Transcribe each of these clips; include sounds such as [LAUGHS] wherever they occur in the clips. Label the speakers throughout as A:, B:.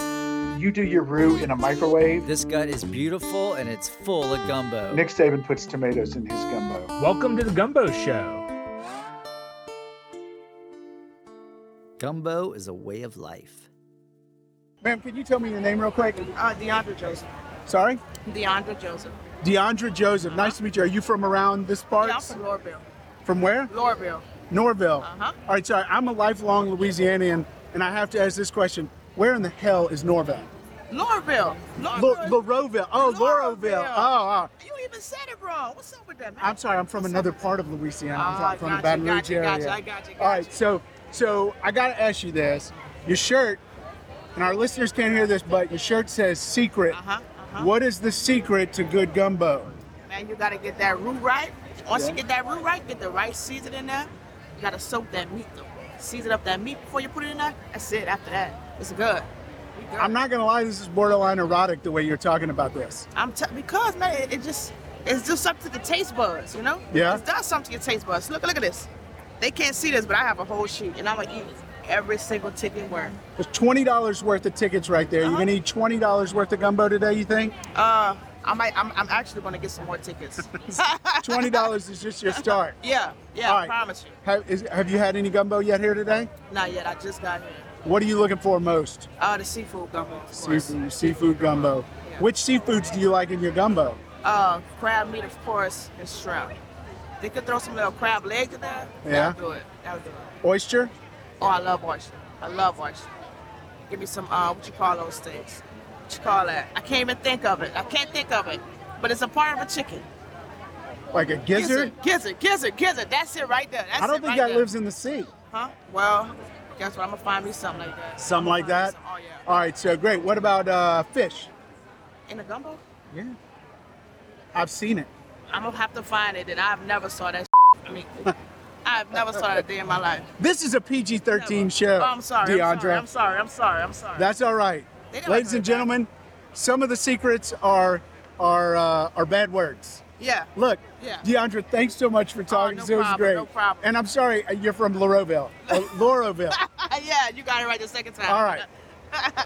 A: you do your roux in a microwave,
B: This gut is beautiful and it's full of gumbo.
A: Nick Saban puts tomatoes in his gumbo.
C: Welcome to the Gumbo Show.
B: Gumbo is a way of life.
D: Ma'am, can you tell me your name real quick?
E: Uh, DeAndre Joseph.
D: Sorry?
E: DeAndre Joseph.
D: Deandra Joseph. Nice to meet you. Are you from around this part?
E: Yeah, I'm from Lorville.
D: From where?
E: Lorville.
D: Norville.
E: Uh-huh.
D: All right, sorry. I'm a lifelong Louisianian, and I have to ask this question. Where in the hell is Norville?
E: Lorville. Lorville.
D: L- Loroville. Oh, Loroville.
E: Lauraville.
D: Oh, oh.
E: you even said it wrong. What's up with that, man?
D: I'm sorry. I'm from another part of Louisiana. I'm
E: Ah,
D: not from the
E: gotcha,
D: Baton Rouge
E: gotcha,
D: area.
E: gotcha, I gotcha,
D: All right, so so I got to ask you this. Your shirt, and our listeners can't hear this, but your shirt says secret.
E: Uh-huh, uh-huh.
D: What is the secret to good gumbo?
E: Man, you gotta get that roux right. Once you get that roux right, get the right season in there. You gotta soak that meat though. Season up that meat before you put it in there. That's it. After that, it's good. We good.
D: I'm not gonna lie, this is borderline erotic the way you're talking about this.
E: I'm t- because man, it, it just it's just something to the taste buds, you know.
D: Yeah.
E: It does something to your taste buds. Look, look at this. They can't see this, but I have a whole sheet, and I'm gonna eat every single chicken word.
D: There's twenty dollars worth of tickets right there.
E: Uh-huh.
D: You're gonna eat twenty dollars worth of gumbo today, you think?
E: Uh, I might. I'm, I'm actually gonna get some more
D: [LAUGHS]
E: tickets. [LAUGHS]
D: Twenty dollars is just your start.
E: yeah, yeah.
D: All
E: I
D: right.
E: promise you.
D: Have, is, have you had any gumbo yet here today?
E: Not yet. I just got here.
D: What are you looking for most?
E: Uh, the seafood gumbo. of course.
D: Seafood, seafood gumbo.
E: Yeah.
D: Which seafoods do you like in your gumbo?
E: Uh, crab meat, of course, and shrimp. They could throw some little crab legs in there.
D: Yeah.
E: That'll do it. That'll do it.
D: Oyster?
E: Oh, I love oyster. I love oyster. Give me some. Uh, what you call those things? What you call that? I can't even think of it. I can't think of it. But it's a part of a chicken.
D: Like a gizzard?
E: Gizzard, gizzard, gizzard. That's it right there. That's
D: I don't
E: it
D: think
E: right
D: that
E: there.
D: lives in the sea.
E: Huh? Well, guess what? I'm gonna find me something like that.
D: Something like
E: I'ma find
D: that.
E: me some- Oh yeah.
D: All right, so great. What about uh, fish?
E: In the gumbo?
D: Yeah. I've seen it.
E: I'm gonna have to find it, and I've never saw that. I
D: [LAUGHS]
E: mean, I've never saw that day in my life.
D: This is a PG-13
E: Never.
D: show.
E: Oh, I'm sorry.
D: Deandra.
E: I'm sorry. I'm sorry. I'm sorry. I'm sorry.
D: That's all right.
E: They don't
D: Ladies
E: have
D: and
E: to worry
D: gentlemen, some of the secrets are are uh, are bad words.
E: yeah. [LAUGHS]
D: Look,
E: Yeah. Oh,
D: Deandra, thanks so much for talking.
E: no
D: it was
E: problem,
D: great.
E: no problem.
D: And I'm sorry, uh, you're
E: [LAUGHS]
D: from Loroville. Uh, Loroville.
E: yeah, you got it right the second time.
D: All right.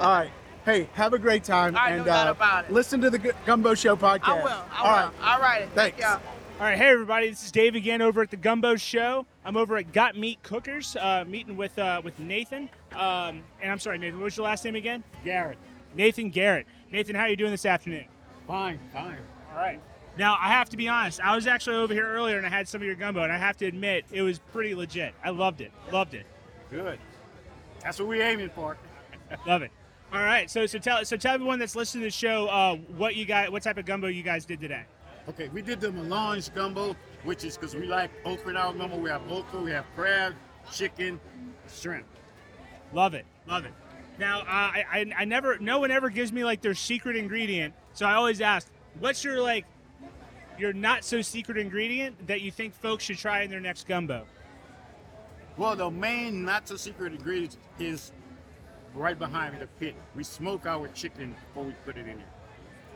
D: All right. Hey, have a great time.
E: All right, no
D: and uh,
E: doubt about it.
D: listen to the Gu- Gumbo Show podcast.
E: I will. I will.
D: All right.
E: All right. Thank
D: Thanks.
E: y'all.
C: All right, hey everybody, this is Dave again over at the Gumbo Show. I'm over at Got Meat Cookers, uh, meeting with uh, with Nathan. Um, and I'm sorry, Nathan, what was your last name again?
F: Garrett.
C: Nathan Garrett. Nathan, how are you doing this afternoon?
F: Fine, fine.
C: All right. Now I have to be honest. I was actually over here earlier and I had some of your gumbo, and I have to admit it was pretty legit. I loved it. Loved it.
F: Good. That's what we're aiming for.
C: Love it. All right. So so tell so tell everyone that's listening to the show uh, what you guys what type of gumbo you guys did today.
F: Okay, we did the melange gumbo, which is because we like okra in our gumbo. We have okra, we have crab, chicken, shrimp.
C: Love it. Love it. Now, uh, I, I, I never, no one ever gives me like their secret ingredient. So I always ask, what's your like, your not so secret ingredient that you think folks should try in their next gumbo?
F: Well, the main not so secret ingredient is right behind the pit. We smoke our chicken before we put it in there.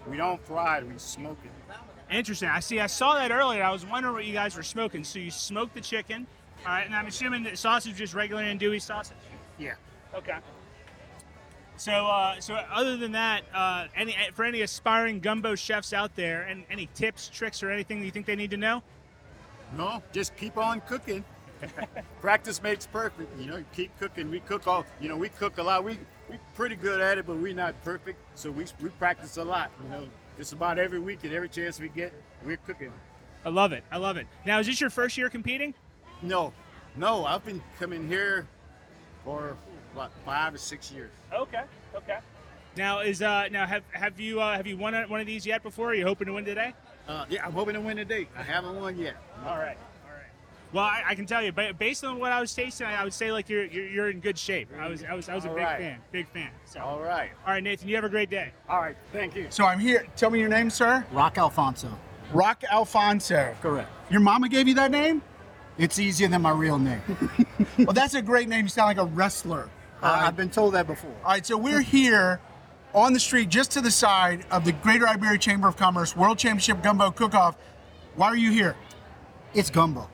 F: We don't fry it, we smoke it.
C: Interesting. I see. I saw that earlier. I was wondering what you guys were smoking. So you smoked the chicken. All right. And I'm assuming that sausage is regular and dewy sausage.
F: Yeah.
C: Okay. So, uh, so other than that, uh, any for any aspiring gumbo chefs out there, and any tips, tricks, or anything that you think they need to know?
F: No, just keep on cooking. Practice makes perfect. You know, you keep cooking. We cook all. You know, we cook a lot. We we pretty good at it, but we're not perfect. So we we practice a lot. You know, just about every week and every chance we get, we're cooking.
C: I love it. I love it. Now, is this your first year competing?
F: No, no, I've been coming here for what five or six years.
C: Okay. Okay. Now is uh now have have you uh, have you won a- one of these yet before? Are you hoping to win today?
F: Uh, yeah, I'm hoping to win today. I haven't won yet.
C: All right. All right. Well, I, I can tell you, ba- based on what I was tasting, I would say like you're you're, you're in good shape. I was I was I was a
F: All
C: big
F: right.
C: fan, big fan. So all
F: All right,
C: right, Nathan, you have a great day.
F: all right. Thank you.
D: So I'm here. Tell me your name, sir.
G: Rock Alfonso.
D: Rock Alfonso.
G: Correct.
D: Your mama gave you that name?
G: It's easier than my real name.
D: [LAUGHS] well, that's a great name. You sound like a wrestler.
G: I, Uh, I've been told that before.
D: All right, so we're here on the street just to the side of the Greater Iberia Chamber of Commerce World Championship Gumbo Cook-Off. Why are you here?
G: It's gumbo.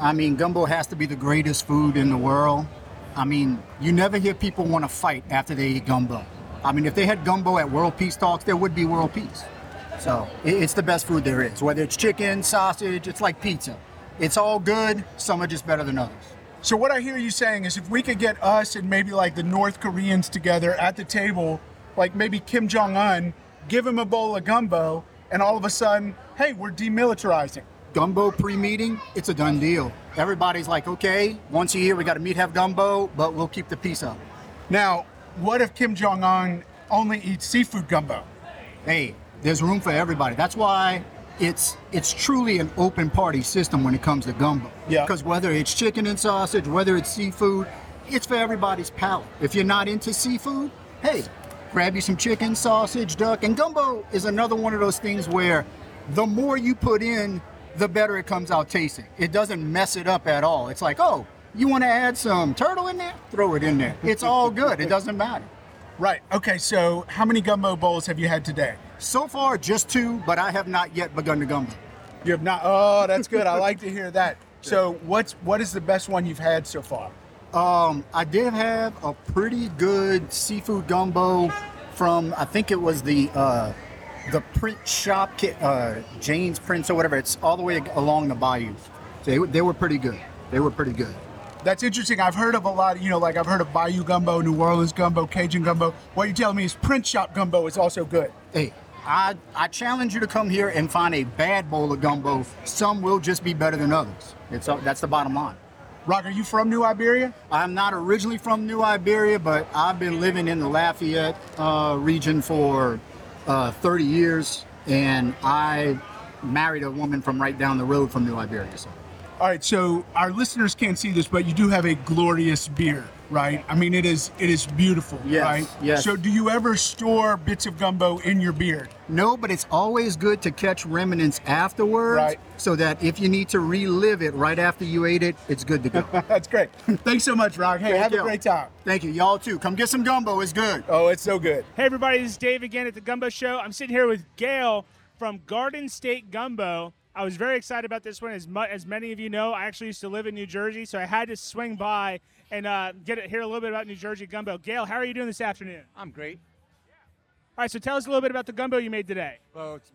G: I mean, gumbo has to be the greatest food in the world. I mean, you never hear people want to fight after they eat gumbo. I mean, if they had gumbo at World Peace Talks, there would be world peace. So i- it's the best food there is. Whether it's chicken, sausage, it's like pizza. It's all good. Some are just better than others.
D: So what I hear you saying is, if we could get us and maybe like the North Koreans together at the table, like maybe Kim Jong Un, give him a bowl of gumbo, and all of a sudden, hey, we're demilitarizing.
G: Gumbo pre-meeting, it's a done deal. Everybody's like, okay, once a year we got to meet, have gumbo, but we'll keep the peace up.
D: Now, what if Kim Jong Un only eats seafood gumbo?
G: hey, there's room for everybody. That's why it's it's truly an open party system when it comes to gumbo.
D: Yeah.
G: Because whether it's chicken and sausage, whether it's seafood, it's for everybody's palate. If you're not into seafood, hey, grab you some chicken, sausage, duck, and gumbo is another one of those things where the more you put in, the better it comes out tasting. It doesn't mess it up at all. It's like, oh, you want to add some turtle in there? Throw it in there. It's all good. It doesn't matter.
D: Right. Okay. So, how many gumbo bowls have you had today?
G: So far, just two, but I have not yet begun to gumbo.
D: You have not. Oh, that's good. I like to hear [LAUGHS] that. So, what's what is the best one you've had so far?
G: Um, I did have a pretty good seafood gumbo from I think it was the uh, the print shop, ki- uh, Jane's Prints or whatever. It's all the way along the bayou. So they, were- they were pretty good. They were pretty good.
D: That's interesting. I've heard of a lot. You know, like I've heard of Bayou gumbo, New Orleans gumbo, Cajun gumbo. What you're telling me is print shop gumbo is also good.
G: Hey, I I challenge you to come here and find a bad bowl of gumbo. Some will just be better than others. It's uh, that's the bottom line.
D: Rock, are you from New Iberia?
G: I'm not originally from New Iberia, but I've been living in the Lafayette uh, region for uh, 30 years, and I married a woman from right down the road from New Iberia. So.
D: All right. So our listeners can't see this, but you do have a glorious beer, right? I mean, it is it is beautiful,
G: Yes,
D: right?
G: yes.
D: So, do you ever store bits of gumbo in your beard?
G: No, but it's always good to catch remnants afterwards,
D: Right.
G: so that if you need to relive it right after you ate it, it's good to go.
D: That's great. [LAUGHS] Thanks so much, Rock. Hey, have
G: you.
D: a great time.
G: Thank you, y'all too. Come get some gumbo; it's good.
D: Oh, it's so good.
C: Hey, everybody, this is Dave again at the Gumbo Show. I'm sitting here with Gail from Garden State Gumbo. I was very excited about this one. As, mu- as many of you know, I actually used to live in New Jersey, so I had to swing by and uh, get it, hear a little bit about New Jersey Gumbo. Gail, how are you doing this afternoon?
H: I'm great.
C: All right, so tell us a little bit about the gumbo you made today.
H: Well, it's,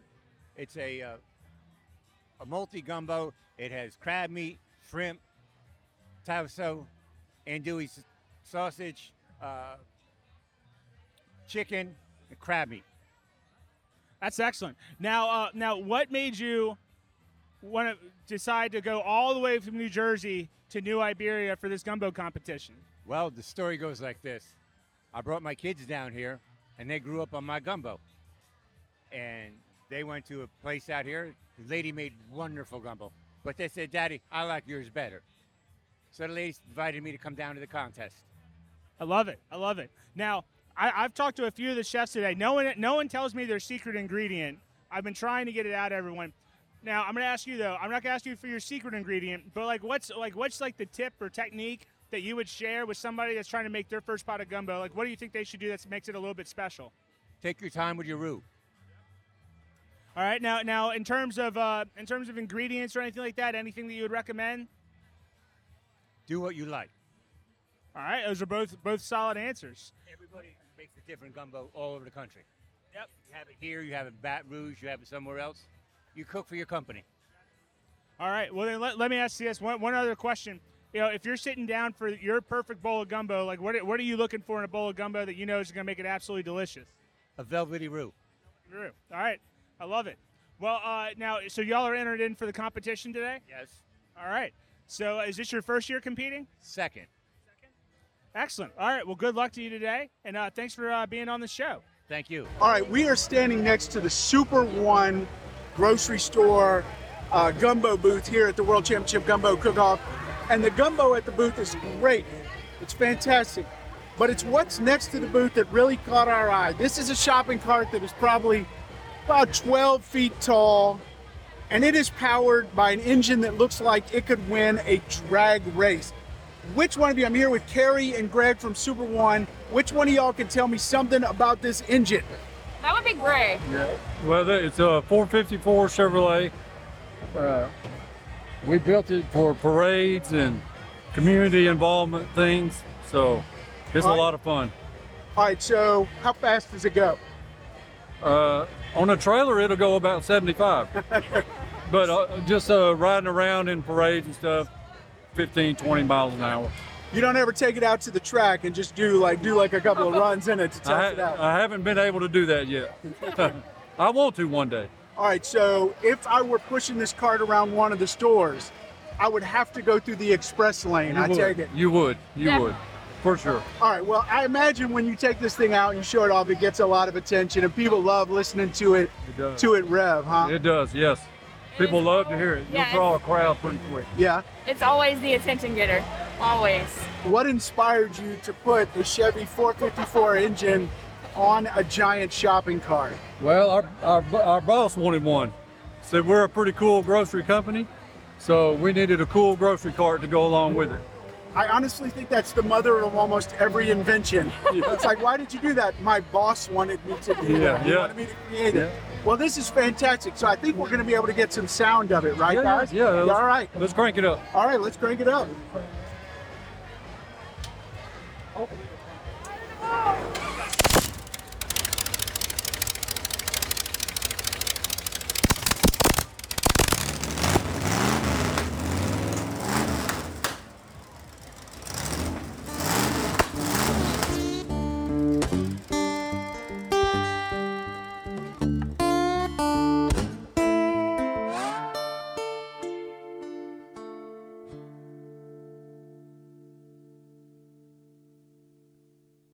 H: it's a uh, a multi gumbo. It has crab meat, shrimp, tasso, andouille s- sausage, uh, chicken, and crab meat.
C: That's excellent. Now, uh, now, what made you want to decide to go all the way from New Jersey to New Iberia for this gumbo competition?
H: Well, the story goes like this: I brought my kids down here, and they grew up on my gumbo, and they went to a place out here. The lady made wonderful gumbo, but they said, "Daddy, I like yours better." So the lady invited me to come down to the contest.
C: I love it. I love it. Now, I, I've talked to a few of the chefs today. No one, no one tells me their secret ingredient. I've been trying to get it out to everyone. Now, I'm going to ask you though. I'm not going to ask you for your secret ingredient, but like, what's like, what's like the tip or technique that you would share with somebody that's trying to make their first pot of gumbo? Like, what do you think they should do that makes it a little bit special?
H: Take your time with your roux.
C: All right. Now, now, in terms of uh, in terms of ingredients or anything like that, anything that you would recommend?
H: Do what you like.
C: All right, those are both both solid answers.
H: Everybody makes a different gumbo all over the country.
C: Yep.
H: You have it here, you have it in Baton Rouge, you have it somewhere else. You cook for your company.
C: All right. Well, then let, let me ask you this one, one other question. You know, if you're sitting down for your perfect bowl of gumbo, like what are- what are you looking for in a bowl of gumbo that you know is going to make it absolutely delicious?
H: A velvety roux.
C: Drew. All right, I love it. Well, uh, now so y'all are entered in for the competition today.
H: Yes.
C: All right. So is this your first year competing?
H: Second.
C: Excellent. All right. Well, good luck to you today, and uh, thanks for uh, being on the show.
H: Thank you.
D: All right, we are standing next to the Super One grocery store uh, gumbo booth here at the World Championship Gumbo Cook-Off, and the gumbo at the booth is great. It's fantastic, but it's what's next to the booth that really caught our eye. This is a shopping cart that is probably about 12 feet tall, and it is powered by an engine that looks like it could win a drag race. Which one of you? I'm here with Carrie and Greg from Super One. Which one of y'all can tell me something about this engine?
I: That would be great.
J: Well, the- it's a 454 Chevrolet. Uh, we built it for parades and community involvement things, so it's a lot of fun.
D: All right, so how fast does it go?
J: Uh, on a trailer, it'll go about
D: [LAUGHS]
J: 75. but uh, just uh, riding around in parades and stuff, 15, 20 miles an hour.
D: You don't ever take it out to the track and just do like do like a couple of runs in it to test
J: I,
D: it out.
J: ha- I haven't been able to do that yet. [LAUGHS] I want to one day.
D: All right, so if I were pushing this cart around one of the stores, I would have to go through the express lane.
J: You
D: I
J: would.
D: take it.
J: You would. You would. For sure.
D: All right, well, I imagine when you take this thing out and you show it off, it gets a lot of attention and people love listening to it,
J: It does.
D: to it rev, huh?
J: It does, yes. People love to hear it. You'll
I: Yeah, it's-
J: draw a crowd pretty quick.
D: Yeah.
I: It's always the attention getter. Always.
D: What inspired you to put the Chevy 454 engine on a giant shopping cart?
J: Well, our, our, our boss wanted one. Said we're a pretty cool grocery company, so we needed a cool grocery cart to go along with it.
D: I honestly think that's the mother of almost
J: [LAUGHS]
D: every invention. It's like, why did you do that? My boss wanted me to do
J: Yeah,
D: that. He
J: yeah.
D: wanted me to create it. Well, this is fantastic. So I think we're going to be able to get some sound of it, right,
J: yeah,
D: guys?
J: yeah, yeah. Let's,
D: All right.
J: Let's crank it up.
D: All right, let's crank it up.